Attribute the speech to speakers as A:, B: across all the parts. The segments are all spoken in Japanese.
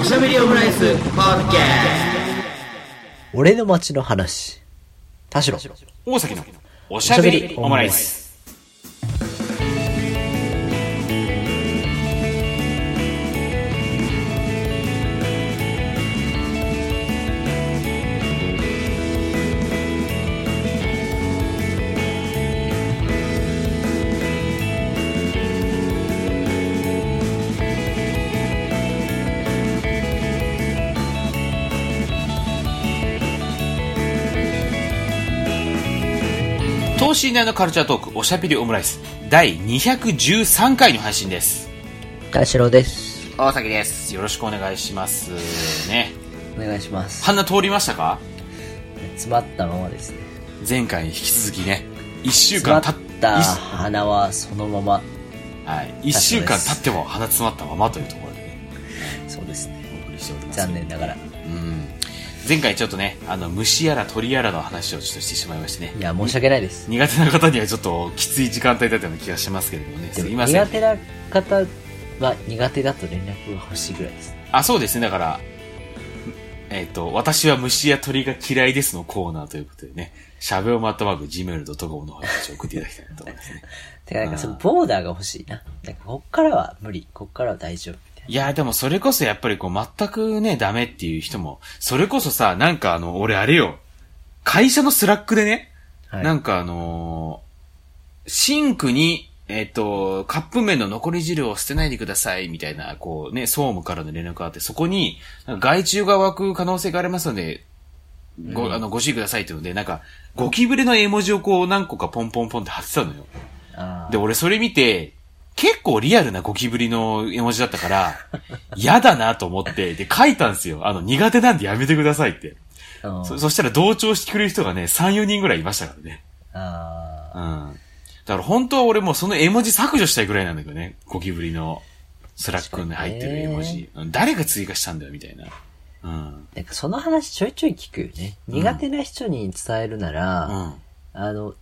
A: おしゃべりオムライスポッケ
B: 俺の街の話。田代。
C: 大崎のおしゃべりオムライス。投資内のカルチャートークおしゃべりオムライス第213回の配信です。
B: 田代です。
C: 大崎です。よろしくお願いしますね。
B: お願いします。
C: 鼻通りましたか
B: 詰まったままですね。
C: 前回に引き続きね、1週
B: 詰ま
C: 間
B: ったた
C: 一
B: 花はそのまま。
C: はい、1週間経っても鼻詰まったままというところでね、
B: そうですね。
C: お送りしております。
B: 残念ながら。
C: うん。前回ちょっとね、あの、虫やら鳥やらの話をちょっとしてしまいましてね
B: い。や、申し訳ないです。
C: 苦手な方にはちょっときつい時間帯だったような気がしますけれどもね。
B: です
C: い
B: も
C: ませ
B: 苦
C: ん。
B: 手な方は苦手だと連絡が欲しいぐらいです。
C: あ、そうですね。だから、えっ、と、私は虫や鳥が嫌いですのコーナーということでね、しゃべをまとまぐ gmail.com の方に送っていただきたいなと思いますね。
B: てか、なんかそのボーダーが欲しいな。なんかこっからは無理。こっからは大丈夫みたい
C: いやーでもそれこそやっぱりこう全くね、ダメっていう人も、それこそさ、なんかあの、俺あれよ、会社のスラックでね、
B: な。はい
C: なんかあのーシンクに、えっ、と、カップ麺の残り汁を捨てないでください、みたいな、こうね、総務からの連絡があって、そこに、なんか害虫が湧く可能性がありますので、ご、あの、ご注意くださいっていうので、なんか、ゴキブリの絵文字をこう何個かポンポンポンって貼ってたのよ。
B: あ
C: で、俺それ見て、結構リアルなゴキブリの絵文字だっ たから、嫌だなと思って、で、書いたんですよ。あの、苦手なんでやめてくださいって。
B: ーうん
C: そ、そしたら同調してくれる人がね、3、4人ぐらいいましたからね。
B: あ
C: うん。だから本当は俺もうその絵文字削除したいぐらいなんだけどね。ゴキブリのスラックに入ってる絵文字。うん誰が追加したんだよ、みたいな。うん。
B: ーなんかその話ちょいちょい聞くよね。苦手な人に伝えるなら、
C: うん。
B: あの、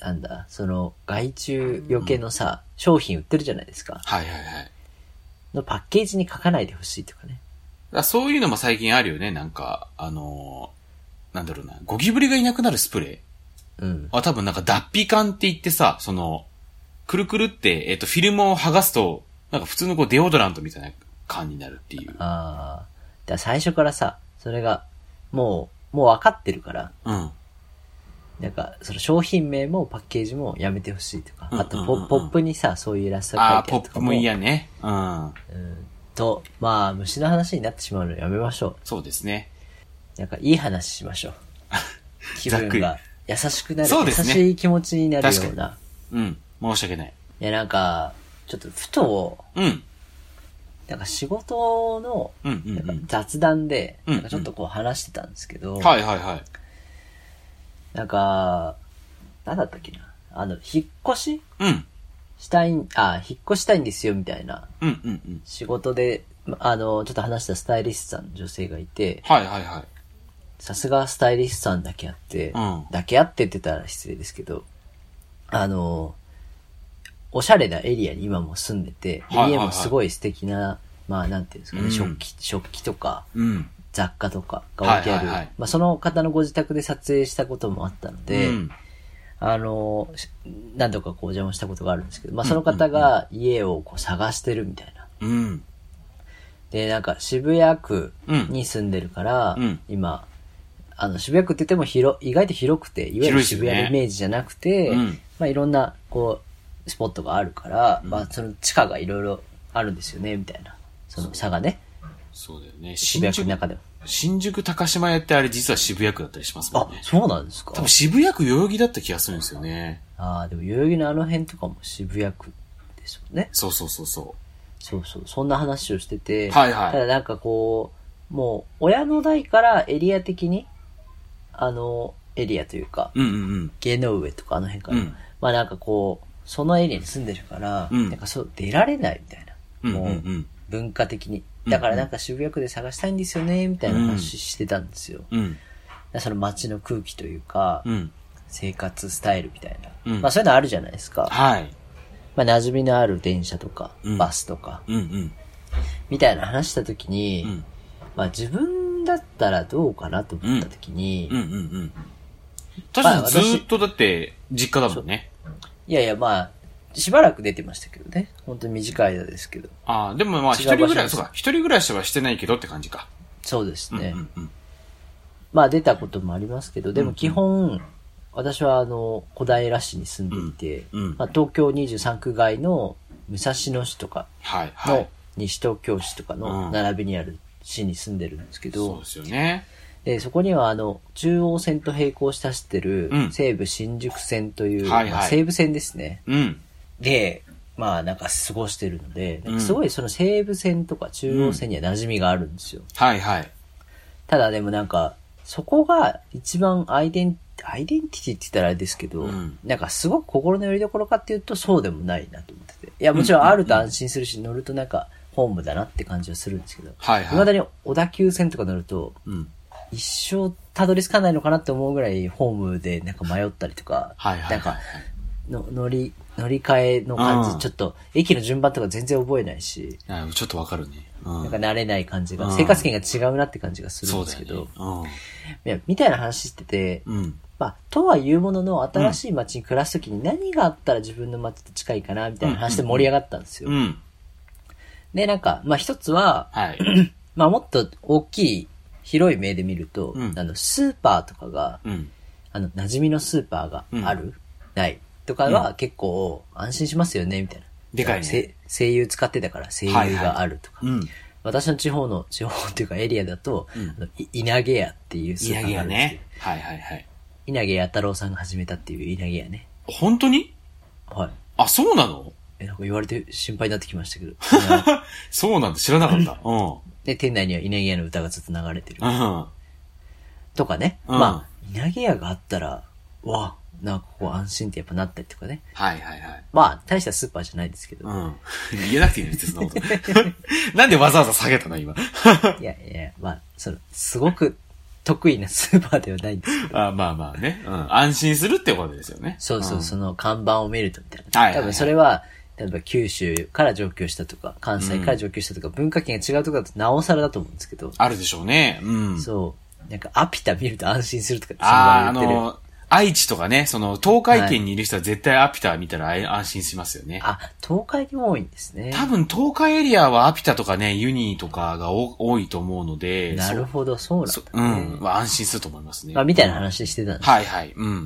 B: なんだ、その、害虫よけのさ、商品売ってるじゃないですか。
C: はいはいはい。
B: のパッケージに書かないでほしいとかね。
C: だそういうのも最近あるよね。なんか、あのーなんだろうな。ゴキブリがいなくなるスプレ
B: うん。
C: ー。あ、多分なんか脱皮管って言ってさ、その、くるくるって、えっ、と、フィルムを剥がすと、なんか普通のこうデオドラントみたいな感になるっていう。
B: ああ。だから最初からさ、それが、もう、もう分かってるから、
C: うん。
B: なんか、その商品名もパッケージもやめてほしいとか、
C: うん
B: あと
C: うん
B: ポ、
C: うんうん
B: ポップにさ、そういうイラスト
C: あ
B: が
C: あ、
B: 書いてあ
C: ポッ
B: ると
C: プ
B: か
C: も
B: も、
C: 嫌ね。うん。
B: うん、と、まあ、虫の話になってしまうのやめましょ
C: そうですね。
B: う。なんか、いい話しま しょう。気
C: ざっく
B: 分
C: り
B: が優しくなる、
C: そう
B: 優
C: ですね
B: しい気持ちになるよう
C: 確
B: な。
C: うん。申し訳ない。
B: いや、なんか、ちょっと、ふと、
C: うん。
B: なんか仕事の
C: うんうん
B: なん
C: う
B: か
C: ん。
B: 雑談で、
C: うん
B: なんかちょっとこう話してたんですけど、
C: はいはいはい。
B: なんか、なんだったっけな。あの、引っ越し
C: うん。
B: したいん、あ、引っ越したいんですよ、みたいな。
C: うんうんうん。
B: 仕事で、まあの、ちょっと話したスタイリストさんの女性がいて、
C: はいはいはい。
B: さすがスタイリストさんだけあって、
C: うん
B: だけあってって言ったら失礼ですけど、あの、おしゃれなエリアに今も住んでて、
C: はいはいはい
B: 家もすごい素敵な、まあなんていうんですかね、
C: うん
B: 食器、食器とか、
C: うん。
B: 雑貨とかが置いてある、
C: はいはいはい
B: まあ、その方のご自宅で撮影したこともあったので、
C: うん、
B: あの、し何度かこうお邪魔したことがあるんですけど、まあ、その方が家をこう探してるみたいな。
C: うん。
B: で、なんか渋谷区
C: うん
B: に住んでるから、
C: うん
B: 今、あの渋谷区って言っても広、意外と広くて、いわゆ
C: 広い
B: る
C: ですよ
B: 渋
C: ね
B: 谷のイメージじゃなくて、
C: うん
B: まあいろんなこう、スポットがあるから、まあその地下がいろいろあるんですよね、みたいな。その差がね、
C: そうだよね。
B: 渋谷
C: 新
B: 区の
C: 宿、
B: 中でも。
C: 新宿高島屋ってあれ実は渋谷区だったりしますも
B: あ
C: んね、。
B: そうなんですか
C: 多分渋谷区代々木だった気がするんですよね。
B: ああ、でも代々木のあの辺とかも渋谷区ですもんね。
C: そうそうそうそ
B: そうそう、そんな話をしてて、
C: はいはい
B: ただなんかこう、もう親の代からエリア的に、あの、エリアというか、
C: う。うんうんうん。
B: 芸能上とかあの辺か
C: う
B: ら、
C: ん。
B: まあなんかこう、そのエリアに住んでるから、
C: うん
B: なんかそう、出られないみたい
C: うん
B: な。
C: うん
B: も
C: う。
B: うん文化的に。
C: うん
B: だからなんか渋谷区で探したいんですよね、みたいな話してたんですよ。
C: うん。
B: その街の空気というか、
C: うん。
B: 生活スタイルみたいな。
C: うん
B: まあそういうのあるじゃないですか。
C: はい。
B: まあ、馴染みのある電車とか
C: うん、
B: バスとか、
C: うんうん。
B: みたいな話した時に、
C: うん。
B: まあ自分だったらどうかなと思った時に、
C: うんうんうん。確かにずーっとだって、実家だもんね。
B: いやいやまあ、しばらく出てましたけどね。本当に短い間ですけど。
C: ああ、でもまあ
B: 違う
C: 一人
B: 場所
C: ぐら
B: で
C: い、
B: す
C: そうか、一人暮らしはしてないけどって感じか。
B: そうです
C: うんう
B: ね。
C: んうん。
B: まあ出たこともありますけど、でも基本、私はあの、小平市に住んでいて、
C: うんうん
B: まあ、東京23区外の武蔵野市とか
C: はいは
B: の
C: い。
B: 西東京市とか
C: う
B: の
C: ん
B: 並びにある市に住んでるんですけど、
C: そうですよね。
B: で、そこにはあの、中央線と並行して走ってる
C: うん
B: 西武新宿線という、
C: はいはい
B: まあ西武線ですね。
C: うん。
B: で、まあなんか過ごしてるので、
C: うん
B: すごいその西武線とか中央線には馴染みがあるんですよ。
C: はいはい。
B: ただでもなんか、そこが一番アイデン、アイデンティティって言ったらあれですけど、
C: うん
B: なんかすごく心の拠り所かっていうとそうでもないなと思ってて。いや、もちろんあると安心するし、乗るとなんかホームだなって感じはするんですけど、
C: はい
B: 未だ
C: はい。
B: に小田急線とか乗ると、
C: うん。
B: 一生たどり着かないのかなって思うぐらいホームでなんか迷ったりとか、
C: はいは
B: ないん
C: はい
B: か。の乗り、乗り換えの感
C: うん
B: じ、ちょっと駅の順番とか全然覚えないし、
C: あちょっとわかるね。う
B: なん
C: ん
B: か。慣れない感じが、
C: うん
B: 生活圏が違うなって感じがするん
C: そう
B: で
C: だ
B: す
C: よ
B: け
C: ね
B: ど、。いや、みたいな話してて、
C: うん。うん。
B: まあ、とは言うものの、新しい街に暮らすときに何があったら自分の街と近いかな、みたいな話で盛り上がったんですよ。
C: うん。
B: で、なんか、まあ一つは、
C: はい。
B: まあもっと大きい、広い目で見ると、
C: うん
B: あの、スーパーとかが、
C: うん。
B: あの、馴染みのスーパーがある、ないとかは結構安心しますよね、みたいな。
C: でかいね。
B: せ声優使ってたから声優があるとか。
C: うん。
B: 私の地方の、地方っていうかエリアだと、
C: うん
B: あのい稲毛屋っていうスー
C: 稲
B: パ
C: 毛
B: ーがあ
C: 屋
B: るんですけ
C: ね。はいはいはい。
B: ど稲毛屋太郎さんが始めたっていう稲毛屋ね。
C: 本当に
B: はい。
C: あ、そうなの
B: え、なんか言われて心配になってきました けど。
C: そうなんだ。知らな かった。うん。
B: で、店内には稲毛屋の歌がずっと流れてる。
C: うん。
B: とかね。
C: うん
B: まあ、稲毛屋があったら、うわ、なんかこう安心ってやっぱなったりとかね。
C: はいはいはい。
B: まあ、大したスーパーじゃないですけど。
C: うん。言えなくていいの別にそん なこと。なんでわざわざ下げたの今。
B: いやいや、まあ、その、すごく得意なスーパーではないんですけど。
C: あまあまあね。うん。安心するってことですよね。
B: そうそう、
C: ん
B: その看板を見るとみたい
C: はい
B: な。
C: はいは
B: 多
C: い
B: 分それは、例えば九州から上京したとか、関西から上京したとか、文化圏が違うとかだとなおさらだと思うんですけど、
C: あるでしょうね。うん。
B: そう、なんかアピタ見ると安心するとかってそ
C: ああ、あ
B: の場で言ってる。
C: の、愛知とかね、その、東海圏にいる人は絶対アピタ見たらあい安心しますよね。
B: あ、東海にも多いんですね。
C: 多分東海エリアはアピタとかね、ユニとかがお多いと思うので、
B: なるほど、そうなん
C: そ
B: だね。
C: うん。は安心すると思いますね。
B: まあ、みたいな話してたんです。
C: はいはい。うん。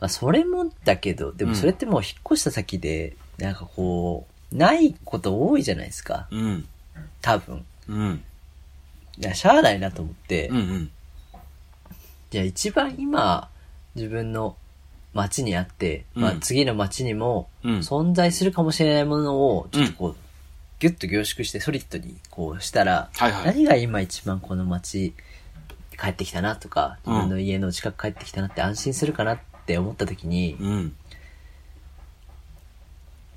B: まあ、それもだけど、で
C: う
B: も
C: ん
B: それってもう引っ越した先で、なんかこう、ないこと多いじゃないですか。
C: うん。
B: 多分。
C: うん。
B: いや、しゃあないなと思って
C: うんう、ん。
B: じゃあ一番今、自分の街にあって、
C: うん
B: まあ次の街にも、
C: うん
B: 存在するかもしれないものを、ちょっとこう、ギュッと凝縮してソリッドにこうしたら、
C: はいはい。
B: 何が今一番この街、帰ってきたなとか、
C: うん
B: 自分の家の近く帰ってきたなって安心するかなって思った時に、
C: うん。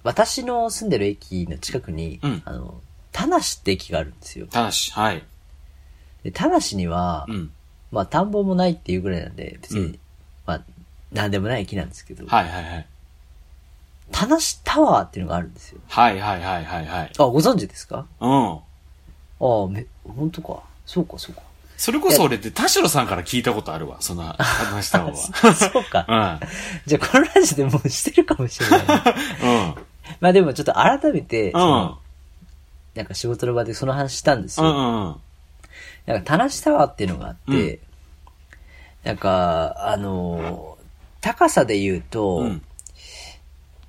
B: 私の住んでる駅の近くに、
C: うん
B: あの、田無って駅があるんですよ。
C: ただし、はい。
B: で、田無には、
C: うん。
B: まあ田んぼもないっていうぐらいなんで、別に、
C: うん
B: まあ、なんでもない駅なんですけど、
C: はいはいはい。
B: 田無タワーっていうのがあるんですよ。
C: はいはいはいはいはい。
B: あ、ご存知ですか
C: うん。
B: ああ、め、本当か。そうか、 そうか。
C: それこそ俺って田代さんから聞いたことあるわ、その話した方
B: そうか。
C: は。
B: じゃあ、このラジオでもうしてるかもしれ ない。
C: う
B: まあでもちょっと改めて、そ
C: ん。うん。
B: のなんか仕事の場でその話したんです
C: う
B: よ。
C: ん。うんうん。
B: なんか、田無タワーっていうのがあって、
C: う
B: なんか、あのー高さで言うと、
C: うん。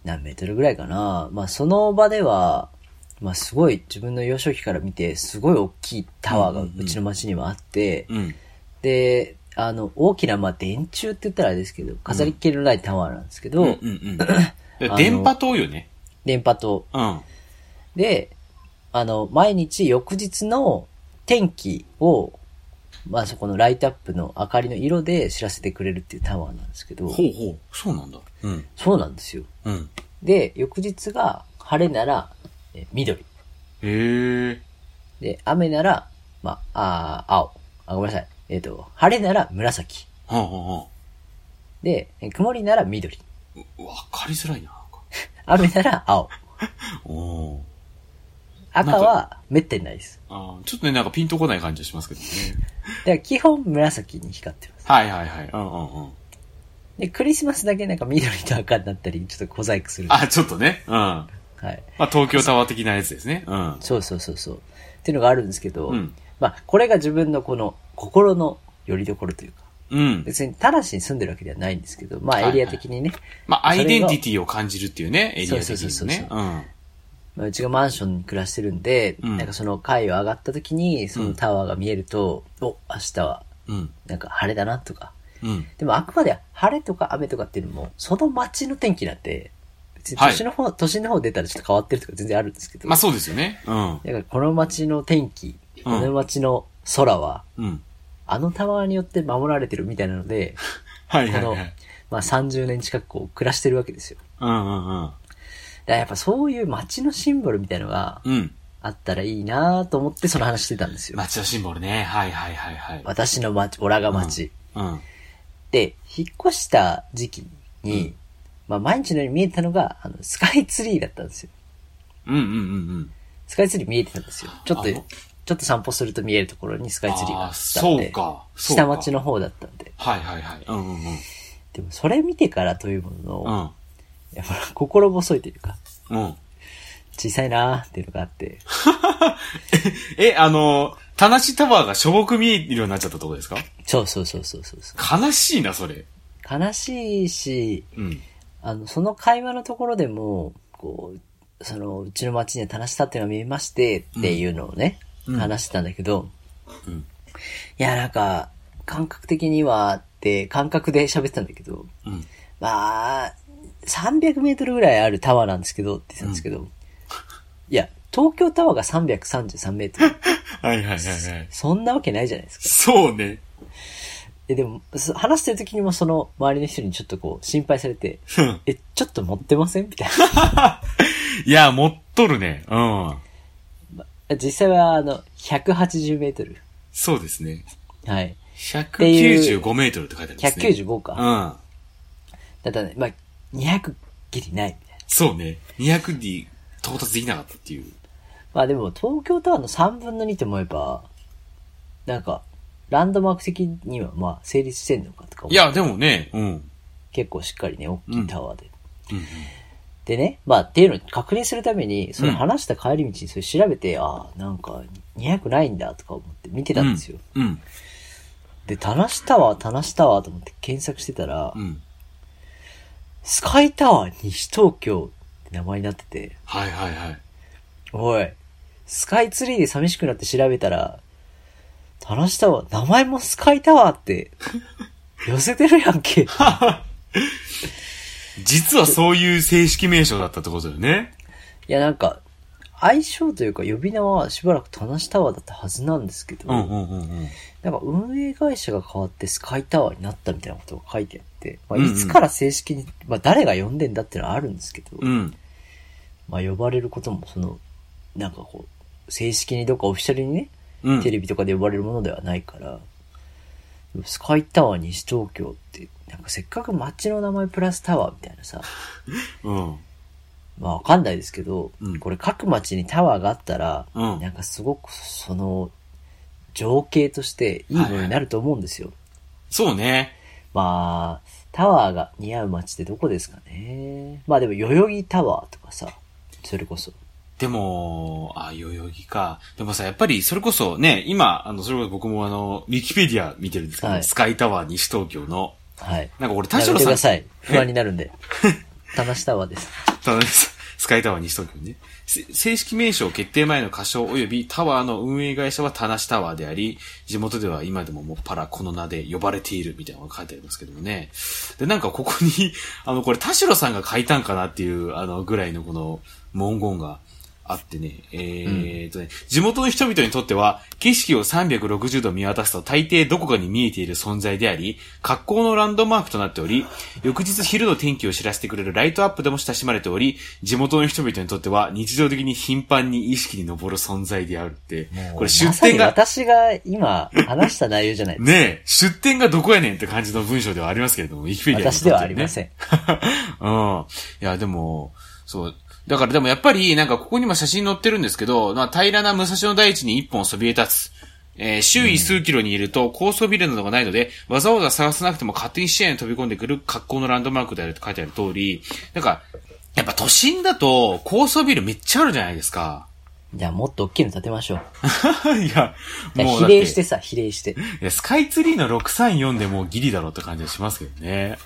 B: 何メートルぐらいかな。まあ、その場では、まあ、すごい、自分の幼少期から見て、すごい大きいタワーが
C: うんうんうん
B: うちの町にはあって、
C: うん。
B: で、あの、大きな、まあ、電柱って言ったらあれですけど、飾りっきりのないタワーなんですけど、
C: うん。うん。電波塔よね。
B: 電波塔。
C: うん。
B: で、あの、毎日翌日の天気を、まあ、そこのライトアップの明かりの色で知らせてくれるっていうタワーなんですけど、
C: ほうほう。そうなんだ。うん。
B: そうなんですよ。
C: うん。
B: で、翌日が晴れなら、え緑。
C: へえ。
B: で、雨なら、まあ、あー青。あ、ごめんなさい。えっ、と、晴れなら紫。
C: はんはんは
B: で、え曇りなら緑。
C: ん。わかりづらいな。
B: 雨なら青。
C: お
B: 赤はめったにないです。
C: あーちょっとね、なんかピンとこない感じがしますけどね。
B: だから基本紫に光ってます。
C: はいはいはい。うんうんうん。
B: で、クリスマスだけなんか緑と赤になったり、ちょっと小細工する。
C: あ、ちょっとね。うん。ま
B: はい。
C: あ、東京タワー的なやつですね。うん。
B: そうそうそうそう。っていうのがあるんですけど、
C: うん
B: まあ、これが自分のこの心の拠り所というか、
C: うん。
B: 別に田無に住んでるわけではないんですけど、まあ
C: はいは
B: エ
C: い
B: リア的にね、
C: まあ、アイデンティティを感じるっていうね、エリア的
B: そうそう
C: に
B: そうそう
C: ね。うん。
B: まあ、うちがマンションに暮らしてるんで、
C: うん
B: なんかその階を上がった時に、そのタワーが見えると、お、明日は
C: うん。
B: なんか晴れだなとか。
C: うん。
B: でもあくまで晴れとか雨とかっていうのも、その街の天気なんて、別に
C: はい
B: 都心の方、都心の方出たらちょっと変わってるとか全然あるんですけど、
C: まあ、そうですよね。うん。
B: だからこの街の天気、この街の空は、
C: うん。
B: あのタワーによって守られてるみたいなので、
C: はい
B: こ
C: はい
B: の
C: はい。、
B: まあ30年近くこう暮らしてるわけですよ。
C: うんうんうん。
B: だからやっぱそういう街のシンボルみたいのが
C: うん。
B: あったらいいなと思ってその話してたんですよ。
C: 町のシンボルね。はいはいはいはい。
B: 私の町、オラが町。
C: うん。
B: で、引っ越した時期に、
C: うん
B: まあ毎日のように見えてたのが、あの、スカイツリーだったんですよ。
C: うんうんうんうん。
B: スカイツリー見えてたんですよ。ちょっと、
C: あ
B: ちょ
C: の
B: っと散歩すると見えるところにスカイツリーがあっ
C: ああ、
B: たん
C: そう
B: で、
C: か。そうか
B: 下町。の方だったんで。
C: はいはいはい。うんうんうん。
B: でもそれ見てからというものの、
C: うん。
B: やっぱ心細いというか、
C: うん。
B: 小さいなーっていうのがあって、
C: え、あの、田無タワーがしょぼく見えるようになっちゃったとこですか
B: そうそうそうそうそうそ
C: 悲しいな、それ。
B: う。悲しいし、
C: うん。
B: あの、その会話のところでも、こう、その、うちの町には田無たっていうのが見えまして、っていうのをね、
C: うん
B: 話してたんだけど、
C: うん
B: いや、なんか、感覚的には、って、感覚で喋ってたんだけど、
C: うん。
B: まあ、300メートルぐらいあるタワーなんですけど、って言ってたんですけど、いや、東京タワーが333メートル。
C: はいはいはいはい。
B: そんなわけないじゃないですか。
C: そうね。
B: で、でも、そ話してる時にもその周りの人にちょっとこう、心配されて、
C: うん
B: え、ちょっと持ってませんみたい
C: いや、持っとるね。うん。
B: な。 実際は、あの、180メートル。
C: そうですね。
B: はい。
C: 195メートルって書いてあるんですね。
B: 195か。
C: うん。
B: だったね、まあ、200ギリないみたいな。
C: そうね。200に到達できなかったっていう。
B: まあでも、東京タワーの3分の2と思えば、なんか、ランドマーク的には、まあ、成立してんのかとか思、
C: いうや、でもね、うん。
B: 結構しっかりね、大きいタワーで。
C: うん
B: でね、まあ、っていうのを確認するために、その話した帰り道にそれ調べて、ああ、なんか、200ないんだとか思って見てたんですよ。
C: うん。
B: で、田無タワー、田無タワーと思って検索してたら、
C: うん。うん。
B: スカイタワー西東京って名前になってて、
C: はいはいはい。
B: おい、スカイツリーで寂しくなって調べたら、田無タワー、名前もスカイタワーって、 寄せてるやんけ。
C: 実はそういう正式名称だったってことだよね。
B: いや、なんか、相性というか呼び名はしばらく田無タワーだったはずなんですけど、
C: うんうんうんうん。
B: なんか運営会社が変わってスカイタワーになったみたいなことが書いてあって、まあ、
C: うんうん
B: いつから正式に、まあ誰が呼んでんだってのはあるんですけど、
C: うん。
B: まあ呼ばれることもその、なんかこう、正式にどっかオフィシャルにね、
C: うん。
B: テレビとかで呼ばれるものではないから、でもスカイタワー西東京って、なんかせっかく街の名前プラスタワーみたいなさ、
C: うん。
B: まあわかんないですけど、
C: うん
B: これ各街にタワーがあったら、
C: うん
B: なんかすごくその、情景としていいものになると思うんですよ。
C: そうね。
B: まあ、タワーが似合う街ってどこですかね。まあでも、代々木タワーとかさ、それこそ。
C: でも、あ、代々木か。でもさ、やっぱり、それこそね、今、あの、それこそ僕もあの、ウィキペディア見てるんですけど、
B: はい
C: スカイタワー西東京の、
B: はい。
C: なんか俺、田
B: やめ
C: 代
B: てくだ
C: さ
B: さ
C: ん、
B: い。不安になるんで。田無タワーです。
C: ただねススカイタワー西東京ね。せ正式名称決定前の仮称及びタワーの運営会社は田無タワーであり、地元では今でももっぱらこの名で呼ばれているみたいなのが書いてありますけどもね。で、なんかここに、 あの、これ田代さんが書いたんかなっていう、あの、ぐらいのこの文言があってね。えーっとね、地元の人々にとっては、景色を360度見渡すと大抵どこかに見えている存在であり、格好のランドマークとなっており、翌日昼の天気を知らせてくれるライトアップでも親しまれており、地元の人々にとっては日常的に頻繁に意識に上る存在であるって、 これ出
B: まさ
C: 典
B: に
C: が、
B: 私が今話した内容じゃないです。
C: ねえ、出典がどこやねんって感じの文章ではありますけれども、ウィキペディアに
B: 私ではあり
C: 載
B: ま
C: って
B: せ
C: る
B: ん
C: ね。うん。いや、でも、そう、だからでもやっぱり、なんかここにも写真載ってるんですけど、まあ、平らな武蔵野大地に一本そびえ立つ。えー周囲数キロにいると高層ビルなどがないので、わざわざ探さなくても勝手に視野に飛び込んでくる格好のランドマークであると書いてある通り、なんか、やっぱ都心だと高層ビルめっちゃあるじゃないですか。
B: じゃあもっと大きいの建てましょう。
C: いや、
B: いや
C: もう
B: 比
C: だって
B: 例してさ、比例して。
C: いや、スカイツリーの634でもうギリだろうって感じがしますけどね。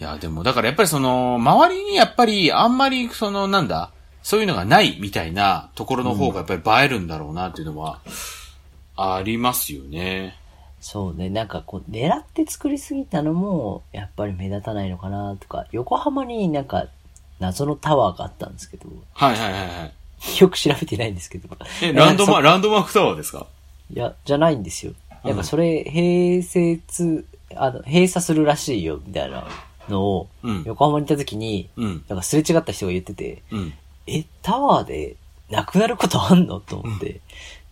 C: いや、でもだからやっぱりその、周りにやっぱりあんまりその、なんだ、そういうのがないみたいなところの方がやっぱり映えるんだろうなっていうのは、ありますよね。
B: そうね、なんかこう、狙って作りすぎたのも、やっぱり目立たないのかなとか、横浜になんか、謎のタワーがあったんですけど、
C: はいはいはいはい。
B: よく調べてないんですけど。
C: え、ランドマ
B: ー
C: ー、ランドマークタワーですか
B: いや、じゃないんですよ。
C: うん
B: なんかそれ、併設、あの、閉鎖するらしいよ、みたいなのを
C: うん、
B: 横浜に行った時に、
C: うん。
B: なんかすれ違った人が言ってて、
C: うん。
B: え、タワーでなくなることあんのと思って、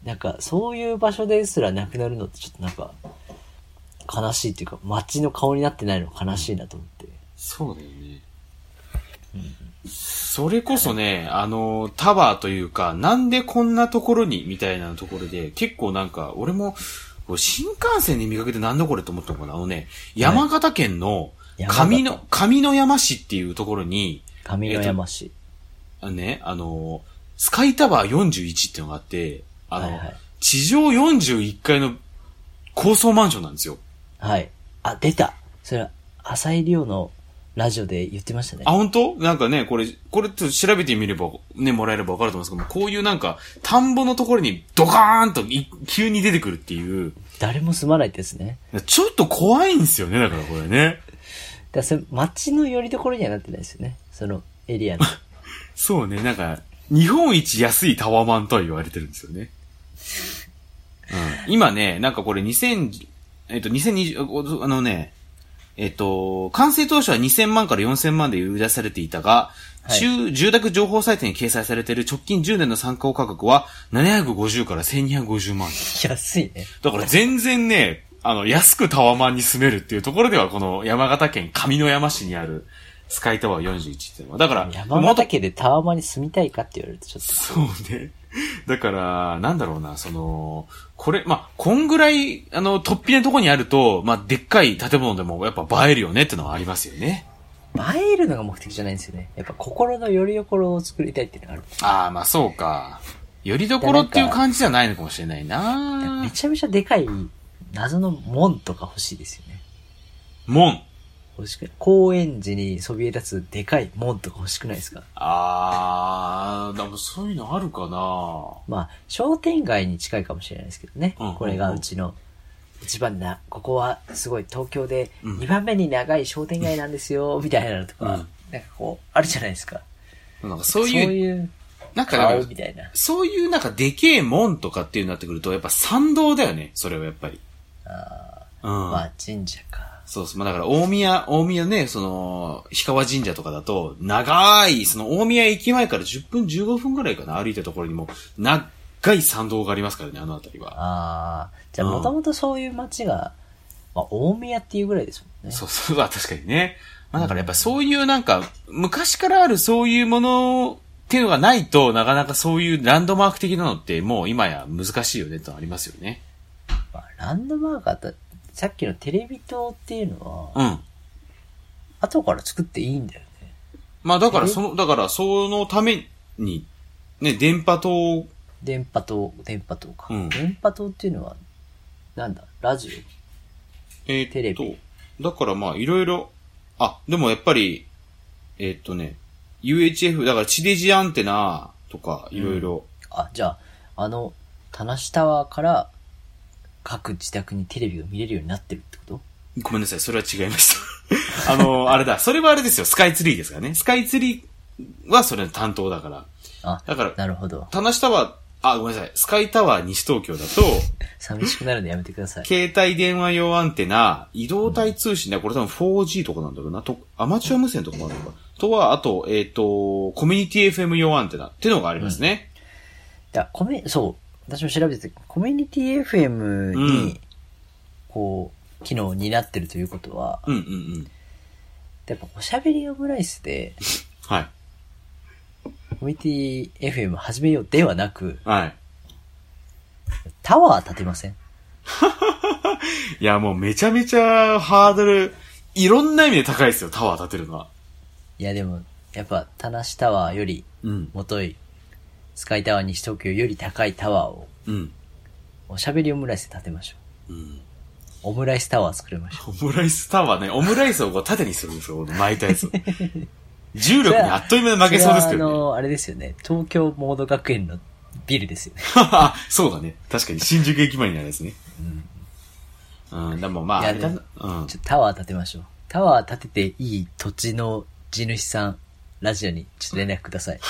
B: なんかそういう場所ですらなくなるのってちょっとなんか、悲しいっていうか、街の顔になってないのが悲しいなと思って。
C: そうだよね。それこそね、あの、タワーというか、なんでこんなところにみたいなところで、結構なんか、俺も、こう新幹線で見かけてなんだこれと思ったのかなあのね、山形県の
B: 山形
C: 上の、上の山市っていうところに、
B: 上野山市。
C: あのね、あの、スカイタワー41っていうのがあって、あの、
B: はいはい
C: 地上41階の高層マンションなんですよ。
B: はい。あ、出たそれは、浅井亮のラジオで言ってましたね
C: あ、。本当なんかね、これ、これちょっと調べてみれば、ね、もらえればわかると思うんですけど、こういうなんか、田んぼのところにドカーンとい急に出てくるっていう、
B: 誰も住まないってですね。
C: ちょっと怖いんですよね、だからこれね。
B: だからそれ、街の拠り所にはなってないですよね。その、エリアの。
C: そうね、なんか、日本一安いタワマンとは言われてるんですよね。うん、今ね、なんかこれ2000、えっと、2020、おあのね、えっと、完成当初は2000万から4000万で売り出されていたが、
B: はい
C: 中住宅情報サイトに掲載されている直近10年の参考価格は750から1250万円。
B: 安いね。
C: だから全然ね、あの、安くタワマンに住めるっていうところでは、この山形県上山市にあるスカイタワー41っていうのは、だから、
B: 山形家でタワマンに住みたいかって言われるとちょっと。
C: そうね。だから、なんだろうな、その、これ、まあ、こんぐらい、あの、突飛なとこにあると、まあ、でっかい建物でもやっぱ映えるよねってのはありますよね。
B: 映えるのが目的じゃないんですよね。やっぱ心の拠り所を作りたいっていうのがある。
C: ああ、まあ、そうか。よりどころっていう感じじゃないのかもしれないな
B: めちゃめちゃでかい謎の門とか欲しいですよね。
C: 門。
B: 欲しくない高円寺にそびえ立つでかい門とか欲しくないですか
C: ああ、でもそういうのあるかな
B: まあ、商店街に近いかもしれないですけどね。
C: うんうんうん
B: これがうちの一番な、ここはすごい東京で
C: うん
B: 2番目に長い商店街なんですよ、みたいなのとか、
C: うん
B: なんかこう、あるじゃないですか。
C: なんかそう
B: そう
C: いう、
B: いう、
C: なんか
B: 買
C: だ
B: う
C: か
B: み
C: ら、
B: たいな。
C: そういうなんかでけえ門とかっていうのになってくると、やっぱ参道だよね、それはやっぱり。うん。
B: まあ、神社か。
C: そうそう。まあだから、大宮、大宮ね、その、氷川神社とかだと、長い、その大宮駅前から10分、15分ぐらいかな、歩いたところにも、長い参道がありますからね、あの辺りは。
B: ああ、じゃあ
C: うん
B: もともとそういう街が、まあ、大宮っていうぐらいですもんね。
C: そうそう、まあ確かにね。まあだからやっぱそういうなんか、昔からあるそういうものっていうのがないと、なかなかそういうランドマーク的なのって、もう今や難しいよね、とありますよね。
B: まあ、ランドマークあった、さっきのテレビ塔っていうのは、
C: うん。
B: 後から作っていいんだよね。
C: まあだから、その、だから、そのために、ね、電波塔、
B: 電波塔、電波塔か。
C: うん
B: 電波塔っていうのは、なんだ、ラジオ
C: えーっと
B: テレビ
C: だからまあ、いろいろ、あ、でもやっぱり、えーっとね、UHF、だから地デジアンテナとか、いろいろ。
B: あ、じゃあ、あの、田無タワーから、各自宅にテレビが見れるようになってるってこと
C: ごめんなさい、それは違いま した。あの、あれだ、それはあれですよ、スカイツリーですからね。スカイツリーはそれの担当だから。
B: あ、
C: だから、
B: なるほど。
C: 田無タワー、あ、ごめんなさい、スカイタワー西東京だと、
B: 寂しくなるのやめてください。
C: 携帯電話用アンテナ、移動体通信だ、これ多分 4G とかなんだろうな、と、アマチュア無線とかもあるのか。とは、あと、えっ、と、コミュニティ FM 用アンテナっていうのがありますね。
B: だコミュそう、私も調べてて、コミュニティ FM に、
C: うん
B: こう、機能になってるということは、
C: うん、うん、うんうんうん
B: やっぱおしゃべりオムライスで、
C: はい。
B: コミュニティ FM 始めようではなく、
C: はい。
B: タワー建てません
C: いや、もうめちゃめちゃハードル、いろんな意味で高いですよ、タワー建てるのは。
B: いやでも、やっぱ、田無タワーより、
C: うん。
B: もとい、スカイタワー西東京より高いタワーを、
C: うん。
B: おしゃべりオムライスで建てましょ
C: うん。
B: う。オムライスタワー作りましょう。
C: オムライスタワーね、オムライスをこう縦にするんですよ、巻いたや つを。重力にあっという 間に負けそうですけ
B: それはあ
C: どね。
B: の、あれですよね。東京モード学園のビルですよね。
C: あ そうだね。確かに新宿駅前にあるやつね。うん。でもまあ、
B: い
C: あ
B: や
C: れだ
B: で
C: な
B: も。
C: うん。
B: ちょっとタワー建てましょう。タワー建てていい土地の地主さん、ラジオにちょっと連絡くだ さい。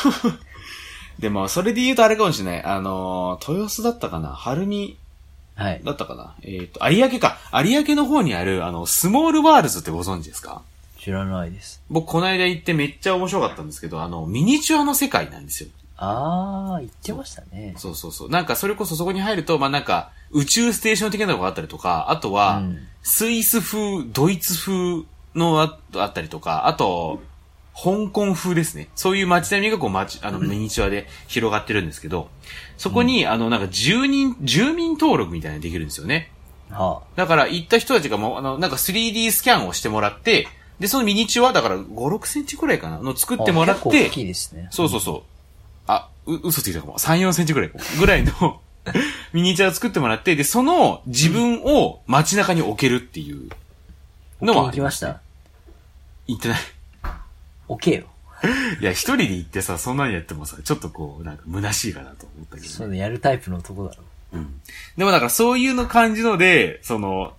C: でも、それで言うとあれかもしれない。あのー、豊洲だったかな晴海
B: はい。
C: だったかなえっ、と、有明か。有明の方にある、あの、スモールワールズってご存知ですか
B: 知らないです。
C: 僕、この間行ってめっちゃ面白かったんですけど、あの、ミニチュアの世界なんですよ。
B: あー、言ってましたね。
C: そうそうそう。なんか、それこそそこに入ると、まあ、なんか、宇宙ステーション的なのがあったりとか、あとは、
B: うん
C: スイス風、ドイツ風のああったりとか、あと、香港風ですね。そういう街並みがこう街、あの、ミニチュアで広がってるんですけど、そこに、あの、なんか、住人、住民登録みたいなのできるんですよね。
B: は
C: だから、行った人たちがもう、あの、なんか 3D スキャンをしてもらって、で、そのミニチュア、だから5、6センチくらいかなの作
B: あ。
C: ってもら
B: あ
C: っ
B: 結構
C: て
B: 大、きいですね。
C: そうそうそう。あ、う、嘘ついたかも。3、4センチくらいかも。ぐらいの ミニチュアを作ってもらって、で、その自分を街中に置けるっていうのは
B: 行きました。
C: 行ってない。
B: 置けよ。
C: いや、一人で行ってさ、そんなにやってもさ、ちょっとこう、なんか虚しいかなと思ったけどね、
B: そういうのやるタイプの男だろ。
C: でもだからそういうの感じので、その、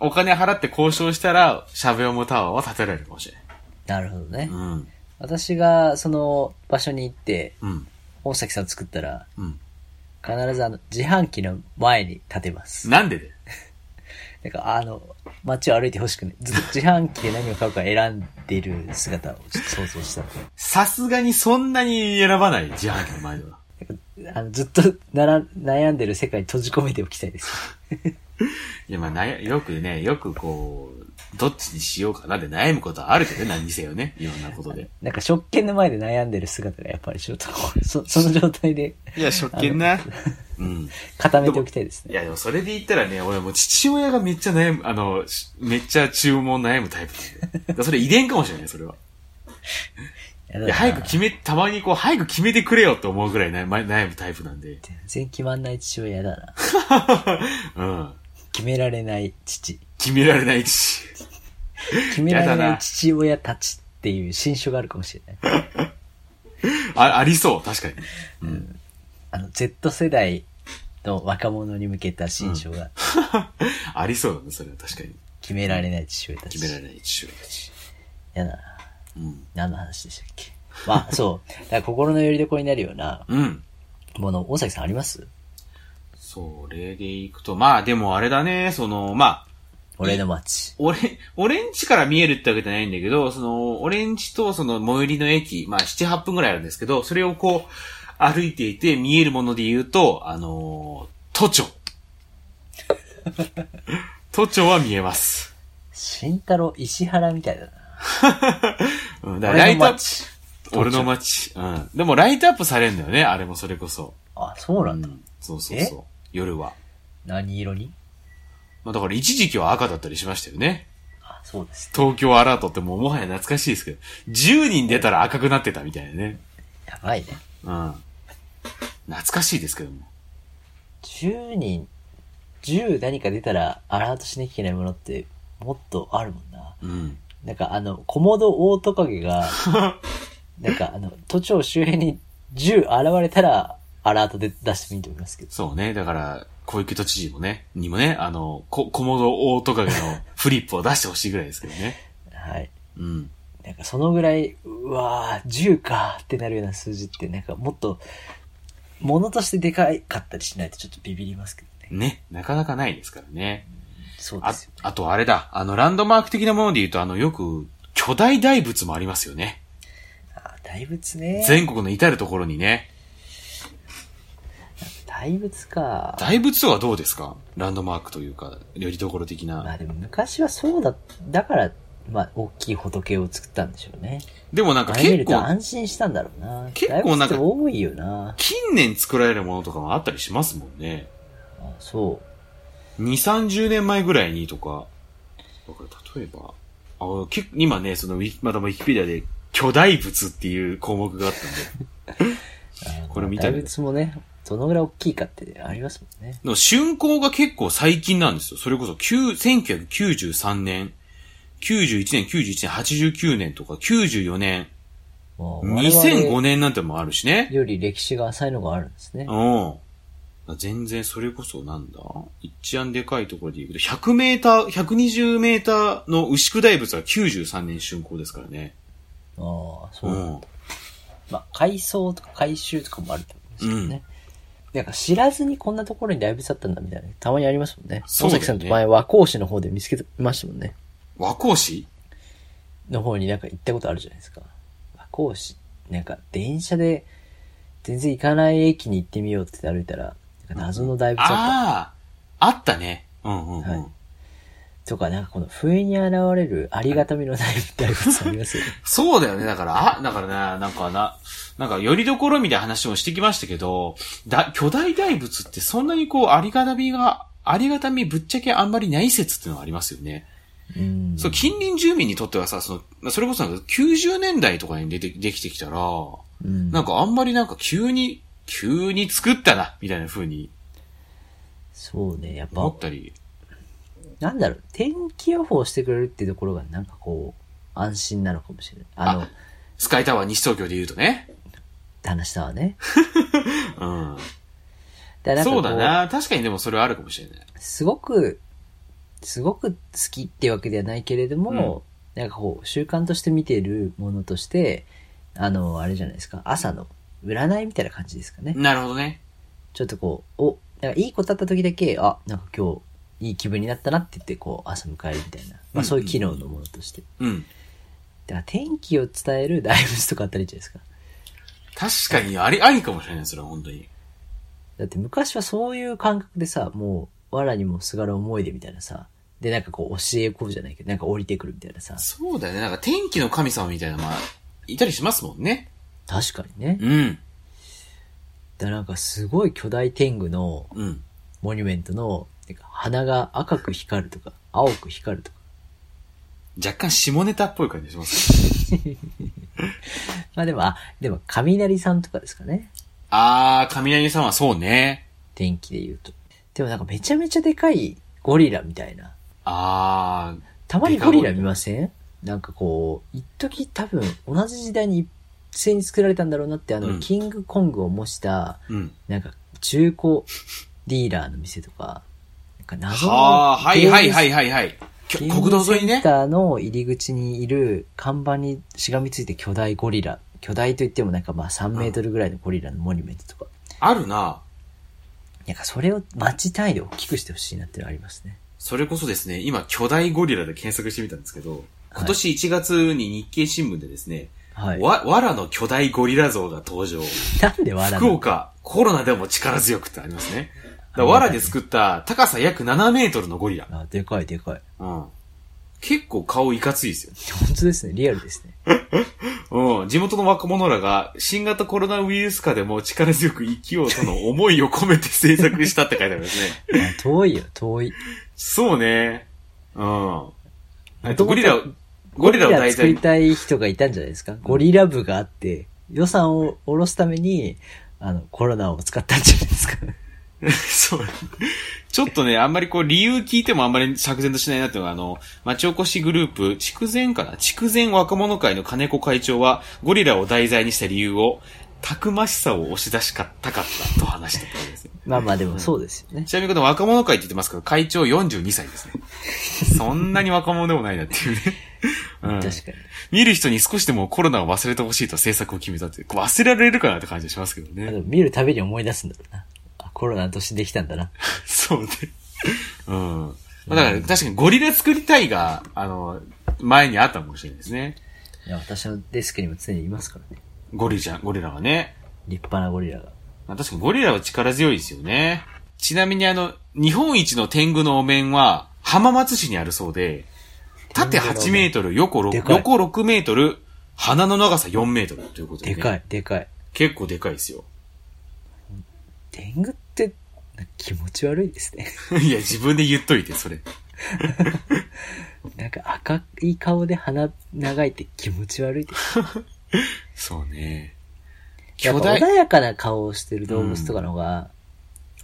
C: お金払って交渉したら、シャベオムタワーは建てられるかもしれない。
B: なるほどね。
C: うん。
B: 私が、その、場所に行って、
C: うん。
B: 大崎さん作ったら、
C: うん。
B: 必ずあの、自販機の前に立てます。
C: なんでで
B: なんか、あの、街を歩いてほしくない。ずっと自販機で何を買うか選んでる姿をちょっと想像した。
C: さすがにそんなに選ばない自販機の前では。
B: あのずっとなら悩んでる世界に閉じ込めておきたいです。
C: いや、まあ、なや、よくね、よくこう、どっちにしようかなって悩むことはあるけどね、何にせよね。いろんなことで。
B: なんか、食券の前で悩んでる姿がやっぱりちょっと、そ その状態で
C: いや、食券な。うん。
B: 固めておきたいです
C: い
B: ね。
C: や、でもそれで言ったらね、俺もう父親がめっちゃ悩む、あの、しめっちゃ注文悩むタイプで。だ からそれ遺伝かもしれない、それは。いや、早く決め、たまにこう、早く決めてくれよって思うぐらい悩む悩むタイプなんで。
B: 全然決まんない父親だな。
C: うん。
B: 決められない父。
C: 決められないし。
B: 決められない父親たちっていう新書があるかもしれない。
C: あ、ありそう、確かに。
B: あの、Z 世代の若者に向けた新書が、
C: ありそうだね、それは確かに。
B: 決められない父親たち。
C: 決められない父親たち。
B: やだな。
C: うん。
B: 何の話でしたっけ。まあ、そう。だから心の拠り所になるような
C: うん。
B: もの、大崎さんあります
C: それで行くと、まあでもあれだね、その、まあ、
B: 俺の街。
C: 俺、俺んちから見えるってわけじゃないんだけど、その、俺んちとその最寄りの駅、まあ7、8分ぐらいあるんですけど、それをこう、歩いていて見えるもので言うと、あのー都 庁。都庁は見えます。
B: 慎太郎石原みたいだな。
C: うん、だからラ
B: 俺
C: イ
B: の
C: トアッ
B: 街。
C: プ。俺の街。うん。でもライトアップされるんだよね、あれもそれこそ。
B: あ、そうなんだ。
C: そうそうそう。夜は。
B: 何色に
C: まあだから一時期は赤だったりしましたよね。
B: あ、そうです。
C: 東京アラートってもうもはや懐かしいですけど、10人出たら赤くなってたみたいなね。
B: やばいね。
C: うん。懐かしいですけども。
B: 10人、10何か出たらアラートしなきゃいけないものってもっとあるもんな。
C: うん。
B: なんかあの、コモドオオトカゲ が、なんかあの、都庁周辺に10現れたらアラートで出してもいいと思いますけど。
C: そうね。だから、小池都知事もね、にもね、あの、こ、コモドオトカゲのフリップを出してほしいぐらいですけどね。
B: はい。
C: うん。
B: なんかそのぐらい、うわー、10かってなるような数字って、なんかもっと、ものとしてでかいかったりしないとちょっとビビりますけどね。
C: ね。なかなかないですからね。
B: そうで
C: あ
B: すよ。、
C: あとあれだ。あの、ランドマーク的なもので言うと、あの、よく、巨大大仏もありますよね。
B: あ大仏ね。
C: 全国の至るところにね。
B: 大仏か。
C: 大仏とはどうですかランドマークというか、よりどころ的な。
B: まあでも昔はそうだ、だからまあ、大きい仏を作ったんでしょうね。
C: でもなんか
B: あれ見
C: 結
B: ると
C: 構、
B: 安心したんだろうな。
C: 結構なん
B: 大仏っ
C: か
B: て多いよな。
C: 近年作られるものとかもあったりしますもんね。
B: あそう。
C: 2、30年前ぐらいにとか、だから例えば、あけ今ね、そのウィキ、またウィキペディアで、巨大仏っていう項目があったんで、これ見たい
B: 大仏もね、どのぐらい大きいかってありますもんね。
C: の竣工が結構最近なんですよ。それこそ、9 1993年、91年、91年、89年とか、94年、
B: もう
C: 2005
B: 年
C: 年なんてのもあるしね。
B: より歴史が浅いのがあるんですね。
C: うん。全然それこそなんだ一案でかいところで言うと、100メーター、120メーターの牛久大仏は93年竣工ですからね。
B: ああ、そうう。
C: ん。
B: まあ、改装とか改修とかもあると思うんですけどね。なんか知らずにこんなところに大仏だったんだみたいな、たまにありますもんね。
C: そう
B: 尾
C: だよ
B: 崎
C: ね
B: さんと前和光市の方で見つけてましたもんね。
C: 和光市
B: の方になんか行ったことあるじゃないですか。和光市、なんか電車で全然行かない駅に行ってみようって歩いたら、なんか謎の大仏だった。
C: ああ、あったね。うんうんうん。
B: はいとか、なんかこの不意に現れるありがたみのない大仏ありますよね。
C: そうだよね。だから、あ、だからね、なんかな、なんか、よりどころみたいな話もしてきましたけど、だ、巨大大仏ってそんなにこう、ありがたみが、ありがたみぶっちゃけあんまりない説っていうのはありますよね。
B: うん。
C: そう、近隣住民にとってはさ、そのまあ、それこそなんか90年代とかに出て、できてきたら、
B: うん
C: なんかあんまりなんか急に、急に作ったな、みたいな風に
B: そうね、やっ
C: 思
B: ぱ
C: っ、たり。
B: なんだろう、天気予報してくれるっていうところがなんかこう、安心なのかもしれない。あの
C: あ、スカイタワー西東京で言うとね。
B: 話したわね。
C: う
B: だ
C: ん。
B: からなんかこ
C: そうだな。確かにでもそれはあるかもしれない。
B: すごく、すごく好きってわけではないけれども、なんかこう、習慣として見ているものとして、あの、あれじゃないですか、朝の占いみたいな感じですかね。
C: なるほどね。
B: ちょっとこう、お、なんかいいことあった時だけ、あ、なんか今日、いい気分になったなって言って、こう、朝迎えるみたいな。まあそういう機能のものとして。
C: うん。
B: だから天気を伝える大仏とかあったらいいじゃないですか。
C: 確かにあり、ありかもしれない、それは本当に。
B: だって昔はそういう感覚でさ、もう、藁にもすがる思い出みたいなさ、で、なんかこう、教え込むじゃないけど、なんか降りてくるみたいなさ、
C: そうだよね。なんか天気の神様みたいなのもいたりしますもんね。
B: 確かにね。
C: うん。
B: だからなんかすごい巨大天狗の
C: うん。
B: モニュメントの、なんか鼻が赤く光るとか、青く光るとか、
C: 若干下ネタっぽい感じしますね。
B: まあでも、あ、でも雷さんとかですかね。
C: あー、雷さんはそうね。
B: 天気で言うと。でもなんかめちゃめちゃでかいゴリラみたいな。
C: あー、
B: たまにゴリラ見ませんなんかこう、一時多分同じ時代に一斉に作られたんだろうなって、あの、
C: うん
B: キングコングを模した、
C: うん。
B: なんか中古ディーラーの店とか、なんか謎の。
C: はあ、はいはいはいいはいはい。きょ
B: ゲー
C: 国
B: ム
C: 道沿い
B: セ
C: に
B: ン
C: ね。
B: ターの入り口にいる看板にしがみついて巨大ゴリラ。巨大といってもなんかまあ3メートルぐらいのゴリラのモニュメントとか。
C: あるな。
B: なんかそれを街単位で大きくしてほしいなっていうのはありますね。
C: それこそですね、今、巨大ゴリラで検索してみたんですけど、今年1月に日経新聞でですね、
B: はい。
C: わ、わらの巨大ゴリラ像が登場。
B: なんで笑う
C: 福
B: の
C: 岡、コロナでも力強くってありますね。だからわらで作った高さ約7メートルのゴリラ。
B: あ、でかいでかい。
C: うん。結構顔いかついですよ。
B: 本当ですね。リアルですね。
C: うん。地元の若者らが新型コロナウイルス下でも力強く生きようとの思いを込めて制作したって書いてありますね。
B: あ遠いよ、遠い。
C: そうね。うん。えっと
B: 元々
C: ゴリラを、ゴリラを題
B: 作
C: 材
B: り
C: に。
B: たい人がいたんじゃないですか。ゴリラ部があって、予算を下ろすために、あの、コロナを使ったんじゃないですか。
C: そう。ちょっとね、あんまりこう理由聞いてもあんまり釈然としないなっていうのが、あの、町おこしグループ、筑前かな筑前若者会の金子会長は、ゴリラを題材にした理由を、たくましさを押し出したかったと話してたんですよ。
B: まあまあでもそうですよね。
C: ちなみにこの若者会って言ってますけど、会長42歳ですね。そんなに若者でもないなっていう ね。うん、
B: 確かに。
C: 見る人に少しでもコロナを忘れてほしいと制作を決めたって、こう忘れられるかなって感じがしますけど
B: あ
C: ね。
B: の見るたびに思い出すんだろうな。あコロナの年できたんだな。
C: そうね。うん。だから、確かにゴリラ作りたいが、あの、前にあったかもしれないですね。
B: いや、私のデスクにも常にいますからね。
C: ゴリラ、ゴリラはね。
B: 立派なゴリラが。
C: まあ確かにゴリラは力強いですよね。ちなみにあの、日本一の天狗のお面は、浜松市にあるそうで、縦8メートル、横
B: で
C: 6,
B: かい
C: 横6メートル、鼻の長さ4メートルということで、
B: で
C: ね。
B: かい、でかい。
C: 結構でかいですよ。
B: 天狗って気持ち悪いですね。
C: いや、自分で言っといて、それ。
B: なんか赤い顔で鼻長いって気持ち悪いです。
C: そうね。
B: や
C: 巨
B: っぱ
C: 大
B: 穏、やかな顔をしてる動物とかの方が、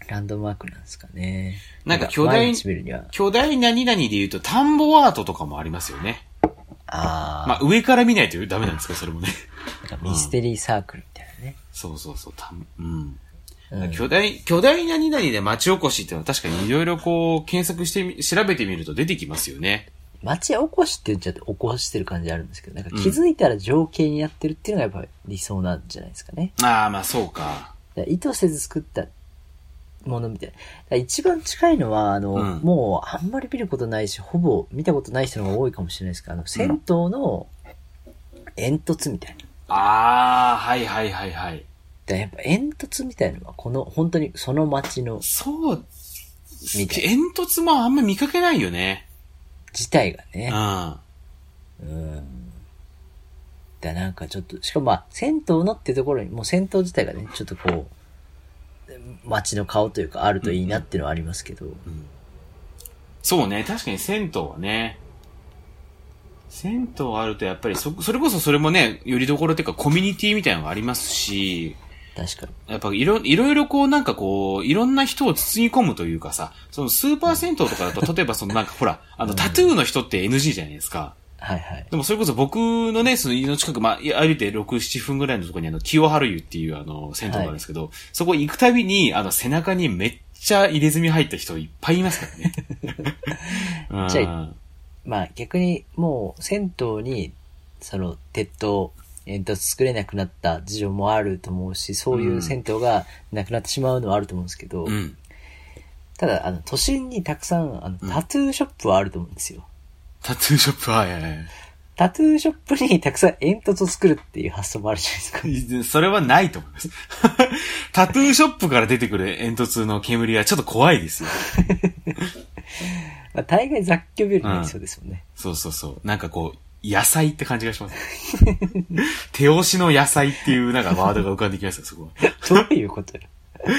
B: ランドマークなんですかね。
C: なんか巨大
B: 毎日見るには。
C: 巨大何々で言うと、田んぼアートとかもありますよね。
B: あー、
C: まあ、上から見ないとダメなんですか、それ もね。
B: なんかミステリーサークルみたいなね。
C: そうそうそう、たん、うん。
B: うん
C: 巨大、巨大何々で町おこしってのは確かにいろいろこう、検索してみ、調べてみると出てきますよね。
B: 町起こしって言っちゃって起こしてる感じあるんですけど、なんか気づいたら情景にやってるっていうのがやっぱ理想なんじゃないですかね。
C: ああ、まあそうか。
B: だから意図せず作ったものみたいな。だから一番近いのは、あの、
C: うん
B: もうあんまり見ることないし、ほぼ見たことない人の方が多いかもしれないですけど、あの、銭湯の煙突みたいな。だか
C: ああ、はいはいはいはい。
B: らやっぱ煙突みたいなのは、この、本当にその町の
C: そう、
B: 見て
C: 煙突もあんま見かけないよね。
B: 自体がね
C: う。ん。
B: うん。だなんかちょっと、しかもまあ、銭湯のってところに、もう銭湯自体がね、ちょっとこう、街の顔というかあるといいなっていうのはありますけど、
C: そうね、確かに銭湯はね。銭湯あるとやっぱりそ、それこそそれもね、よりどころっていうかコミュニティみたいなのがありますし、
B: 確かに。
C: やっぱいろ、いろいろこうなんかこう、いろんな人を包み込むというかさ、そのスーパー銭湯とか だと、例えばそのなんかほら、あのタトゥーの人って NG じゃないですか。
B: はいはい。
C: でもそれこそ僕のね、その家の近く、まあ、い歩いて6、7分ぐらいのところにあの、清春湯っていうあの、銭湯があるんですけど、そこ行くたびに、あの、背中にめっちゃ入れ墨入った人いっぱいいま すからね。うん
B: ちゃいまあ逆にもう銭湯にその鉄塔煙突作れなくなった事情もあると思うしそういう銭湯がなくなってしまうのはあると思うんですけど、
C: うん。
B: ただあの都心にたくさんあの
C: うん
B: タトゥーショップはあると思うんですよ、
C: タトゥーショップは、いやいやい
B: タトゥーショップにたくさん煙突を作るっていう発想もあるじゃないですか
C: やそれはないと思います。タトゥーショップから出てくる煙突の煙はちょっと怖いですよ。
B: まあ大概雑居ビルになりそうですよね、
C: そうそうそう。なんかこう、野菜って感じがします。 手押しの野菜っていうなんかワードが浮かんできますよ、そこは。
B: どういうこと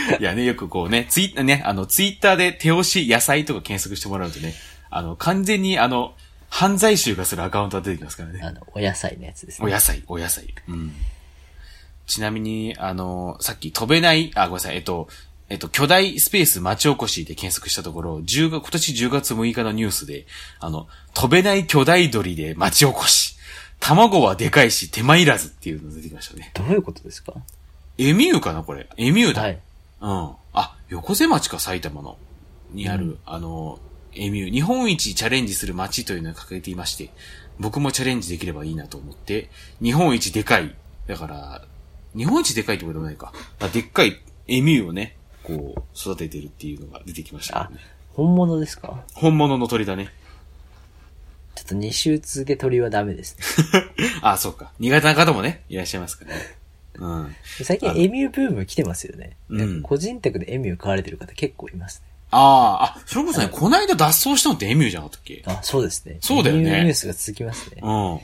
B: や
C: いやね、よくこうね、ツイッターね、あの、ツイッターで手押し野菜とか検索してもらうとね、あの、完全にあの、犯罪集がするアカウントが出てきますからね。
B: あのお野菜のやつです
C: お
B: ね
C: 野菜、お野菜。うん。ちなみに、あの、さっき飛べない、あ、ごめんなさい、えっと、えっと、巨大スペース町おこしで検索したところ、10が今年10月6日のニュースで、あの、飛べない巨大鳥で町おこし。卵はでかいし、手間いらずっていうのが出てきましたね。
B: どういうことですか
C: エミューかなこれ。エミューだ。
B: はい
C: うん。あ、横瀬町か、埼玉の。にある、あの、エミュー、日本一チャレンジする町というのを掲げていまして、僕もチャレンジできればいいなと思って、日本一でかい、だから、日本一でかいってことはないか。まあ、でっかいエミューをね、こう、育ててるっていうのが出てきましたけどね、
B: 本物ですか
C: 本物の鳥だね。
B: ちょっと2週続け鳥はダメ ですね
C: あそうか。苦手な方もね、いらっしゃいますからね。うん。
B: 最近エミューブーム来てますよね。
C: うん
B: なんか個人宅でエミュー買われてる方結構いますね。
C: ああー、あ、それこそね、こないだ脱走したのってエミューじゃなかったっけ
B: あ、そうですね。
C: そうだよね
B: エミューニュースが続きますね
C: う。ん。
B: なんか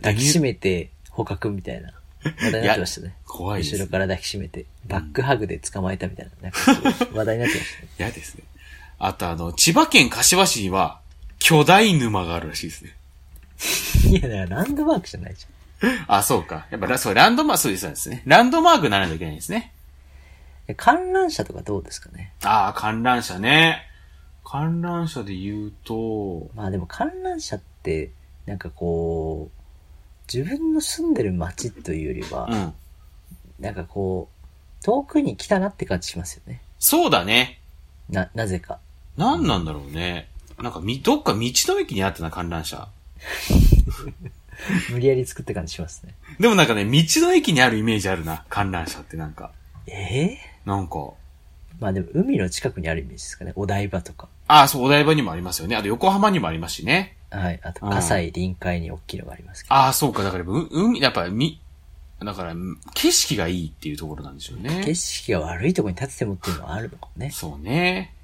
B: 抱きしめて捕獲みたいな。話題になってましたね。
C: 怖いです
B: 後
C: ね
B: ろから抱きしめて、バックハグで捕まえたみたいな。なんか話題になってましたね。
C: 嫌ですね。あとあの、千葉県柏市には、巨大沼があるらしいですね。
B: いや、だからランドマークじゃないじゃ
C: あ、そうか。やっぱラ、そう、ランドマーク、そうですそうですね。ランドマークにならなきゃいけないんですね。
B: ん。観覧車とかどうですかね。
C: ああ、観覧車ね。観覧車で言うと、
B: まあでも観覧車って、なんかこう、自分の住んでる街というよりは、
C: うん。
B: なんかこう、遠くに来たなって感じしますよね。
C: そうだね。
B: な、なぜか。
C: なんなんだろうね。なんか、み、どっか道の駅にあったな、観覧車。
B: 無理やり作った感じしますね。
C: でもなんかね、道の駅にあるイメージあるな、観覧車ってなんか。
B: ええ
C: なんか、
B: まあでも海の近くにあるイメージですかね。お台場とか。
C: ああ、そう、お台場にもありますよね。あと横浜にもありますしね。
B: はい。あと、
C: うん
B: 葛西臨海に大きいのがありますけど。
C: ああ、そうか。だから、う海、やっぱ、み、だから、ん景色がいいっていうところなんでしょう
B: 景
C: ね。
B: 色が悪いところに立ててもっていうのはあるのかもね。
C: そうね。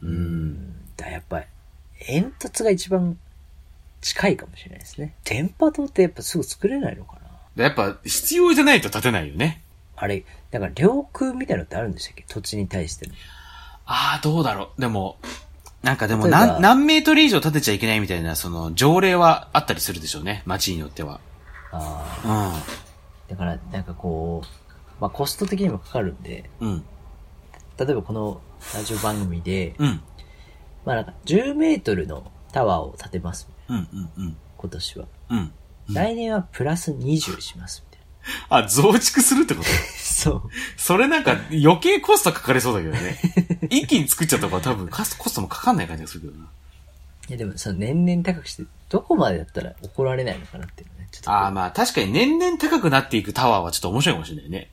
C: うん。
B: だからやっぱり、煙突が一番近いかもしれないですね。電波塔ってやっぱすぐ作れないのかな
C: やっぱ、必要じゃないと立てないよね。
B: あれ、なんか領空みたいなのってあるんでしたっけ土地に対しての。
C: ああ、どうだろう。でも、なんかでも
B: 例えば
C: 何、何メートル以上立てちゃいけないみたいな、その、条例はあったりするでしょうね。街によっては。
B: あ
C: う
B: あ。だから、なんかこう、まあコスト的にもかかるんで、
C: ん。うん。
B: 例えばこのラジオ番組で、
C: うん。
B: まあなんか10メートルのタワーを建てます、
C: うん。うん。うん。
B: 今年は。
C: うん。
B: 来年はプラス20します、みたいな。
C: あ、増築するってこと
B: そう。
C: それなんか余計コストかかりそうだけどね。 一気に作っちゃった方が多分カスコストもかかんない感じがするけどな。
B: いやでもその年々高くして、どこまでだったら怒られないのかなっていうのね。ちょっとこう
C: ああまあ確かに年々高くなっていくタワーはちょっと面白いかもしれないね。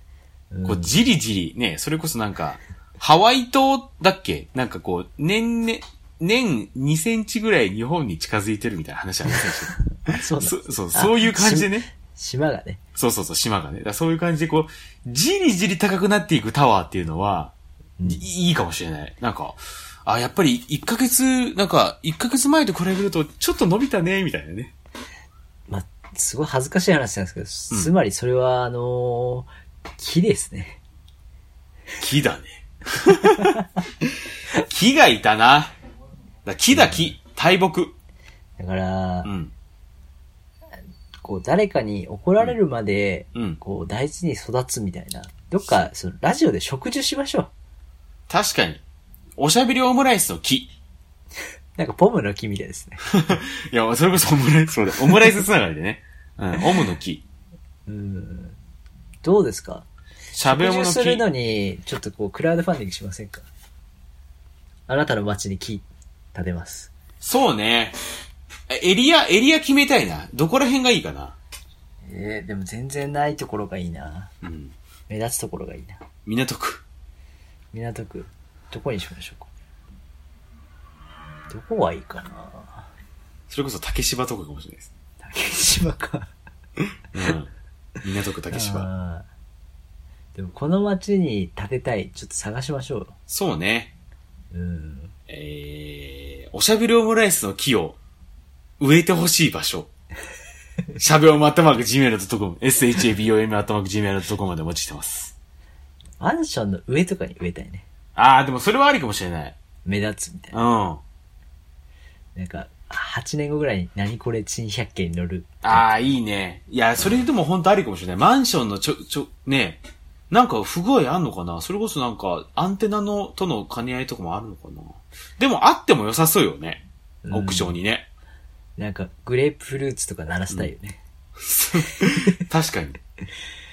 C: こうじりじり、ね、それこそなんか、ハワイ島だっけなんかこう、年々、年2センチぐらい日本に近づいてるみたいな話ありません
B: あ
C: でし
B: そう
C: た
B: なん
C: そ
B: だ
C: うそう、そういう感じでね。
B: 島がね。
C: そうそうそう、島がね。だからそういう感じでこう、じりじり高くなっていくタワーっていうのは、
B: うん
C: いいいかもしれない。なんか、あ、やっぱり1ヶ月、なんか、1ヶ月前と比べるとちょっと伸びたね、みたいなね。
B: まあ、すごい恥ずかしい話なんですけど、つまりそれは、あのー木ですね。
C: 木だね。 木がいたな。だ木だ木。大木。
B: だから、
C: うん。
B: こう、誰かに怒られるまで、
C: うん。
B: こう、大事に育つみたいな。どっか、その、ラジオで植樹しましょう。
C: 確かに。おしゃべりオムライスの木。
B: なんか、ポムの木みたいですね。
C: いや、それこそオムライス、そうだ。オムライスつながりでね。 うん。オムの木。
B: うん。どうですか
C: しゃべオ
B: 植
C: ムの
B: 樹する
C: 木。
B: のに、ちょっとこう、クラウドファンディングしませんかあなたの街に木、建てます。
C: そうね。えエリア、エリア決めたいな。どこら辺がいいかな。
B: えー、でも全然ないところがいいな。
C: うん。
B: 目立つところがいいな。
C: 港区。
B: 港区、どこにしましょうか。どこがいいかな
C: それこそ竹芝とかかもしれないです。
B: 竹芝か。
C: うん。港区竹芝。
B: あーでもこの街に建てたい。ちょっと探しましょうよ。
C: そうね。
B: うん。
C: えー、おしゃべりオムライスの木を植えてほしい場所。しゃべおまったまく gmail.com、shabom アットマーク gmail.com までお待ちしてます。
B: マンションの上とかに植えたいね。
C: あー、でもそれはありかもしれない。
B: 目立つみたいな。
C: うん。あ
B: なんか、8年後ぐらいに何これ珍百景に乗る。
C: ー、いいね。いや、それでも本当ありかもしれない。マンションのちょ、ちょ、ねなんか不具合あんのかなそれこそなんか、アンテナの、との兼ね合いとかもあるのかなでもあっても良さそうよね。屋上にね。
B: なんか、グレープフルーツとか鳴らしたいよね。
C: 確かに。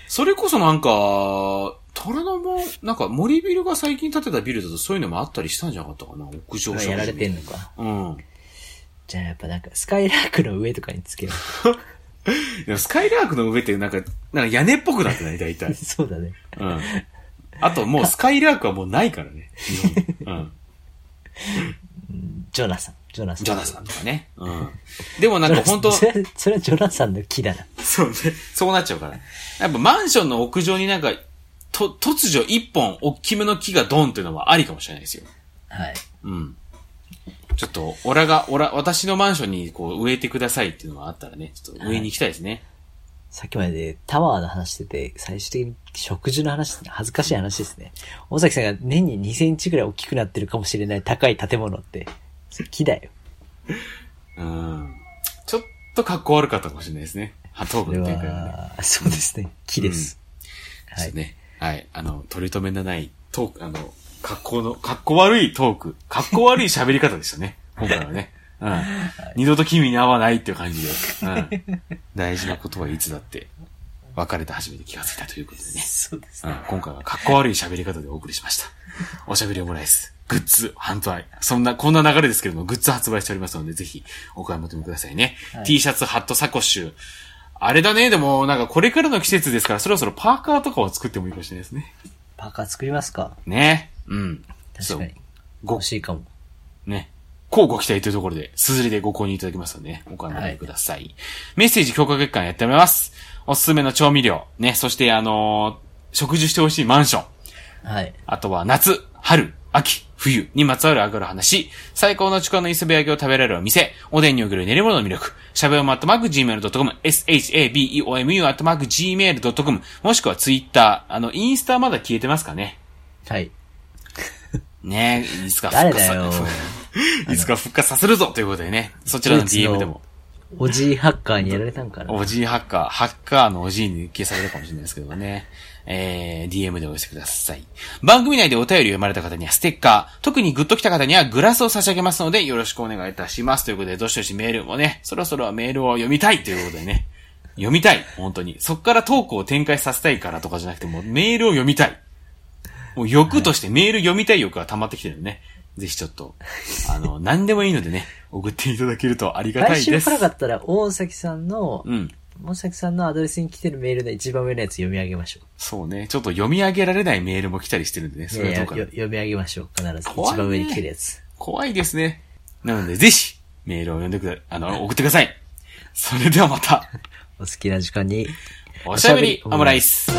C: それこそなんか、虎ノ門、なんか森ビルが最近建てたビルだとそういうのもあったりしたんじゃなかったかな屋上
B: 今
C: 植
B: やられてん
C: ん
B: のか。
C: うん。
B: じゃあやっぱなんか、スカイラークの上とかにつけよ
C: でもスカイラークの上ってなんか、なんか屋根っぽくなってない大
B: う。
C: 体。
B: そうだね。
C: うん。あともうスカイラークはもうないからね。日本にうん。
B: ジョナサン。ジョナサン。
C: ジョナサンとかね。うん。でもなんか本当
B: それ、それはジョナサンの木だな。
C: そうね。そうなっちゃうから。やっぱマンションの屋上になんか、と、突如一本大きめの木がドンっていうのはありかもしれないですよ。
B: はい。
C: うん。ちょっと、オラが、オラ、私のマンションにこう植えてくださいっていうのがあったらね、ちょっと植えに行きたいですね。
B: さっきまでタワーの話してて、最終的に食事の話、恥ずかしい話ですね。大崎さんが年に2センチぐらい大きくなってるかもしれない高い建物って、それ木だよ。
C: うん。ちょっと格好悪かったかもしれないですね。は、トー
B: こ
C: ク
B: れ
C: の展開がね。
B: は、そうですね。木です。
C: ちょ
B: は
C: っ
B: い
C: と。ね。はい。あの、取り留めのないトーク、あの、格好の、格好悪いトーク、格好悪い喋り方でし たね。今回はね。うん。二度と君に会わないっていう感じで。うん。 大事なことはいつだって、別れて初めて気がついたということでね。
B: そうです
C: うん今回はかっこ悪い喋り方でお送りしました。 おしゃべりオムライス、グッズ販売。そんな、こんな流れですけれども、グッズ発売しておりますので、ぜひお買い求めくださいね。
B: はい
C: T シャツ、ハット、サコッシュ。あれだね、でも、なんかこれからの季節ですから、そろそろパーカーとかを作ってもいいかもしれないですね。
B: パーカー作りますか
C: ね。うん。
B: 確かに
C: そ。
B: 欲しいかも。
C: う。ね。こうご期待というところで、すずりでご購入いただきますので、ね、お買い求めください。メッセージ強化月間やっております。おすすめの調味料。ね。そして、あのー植樹してほしいマンション。
B: はい。
C: あとは夏、春、秋、冬にまつわるあがる話、最高のちくわの磯辺揚げを食べられるお店、おでんにおける練り物の魅力、しゃべおま gmail.com、shabeomu gmail.com、もしくはツイッター、あの、インスタまだ消えてますかね
B: はい。
C: ねえ、いつか復
B: 誰
C: 活
B: だよ
C: さ、。 いつか復活させるぞということでね、そちらの DM でも。
B: おじいハッカーにやられたんかな。
C: おじいハッカー、ハッカーのおじいに消されるかもしれないですけどね。えー、DM でお寄せください。番組内でお便り読まれた方にはステッカー、特にグッと来た方にはグラスを差し上げますのでよろしくお願いいたします。ということで、どしどしメールもね、そろそろメールを読みたいということでね。読みたい本当に。そっからトークを展開させたいからとかじゃなくて、もうメールを読みたい。もう欲としてメール読みたい欲が溜まってきてるんでね。ぜひちょっと、あの、何でもいいのでね、送っていただけるとありがた
B: 来
C: い
B: 週
C: です。
B: からだったら、大崎さんの、
C: うん。
B: 大崎さんのアドレスに来てるメールの一番上のやつ読み上げましょう。
C: そうね。ちょっと読み上げられないメールも来たりしてるんでね。それ
B: い
C: は
B: や
C: ど
B: いうや
C: か
B: よ
C: な。
B: 読み上げましょう。必ず。
C: 怖いね
B: 一番上に来てるやつ。
C: 怖いですね。なので、ぜひ、メールを読んでくだ、あの、送ってください。それではまた、
B: お好きな時間に。
C: おしゃべりオムライス。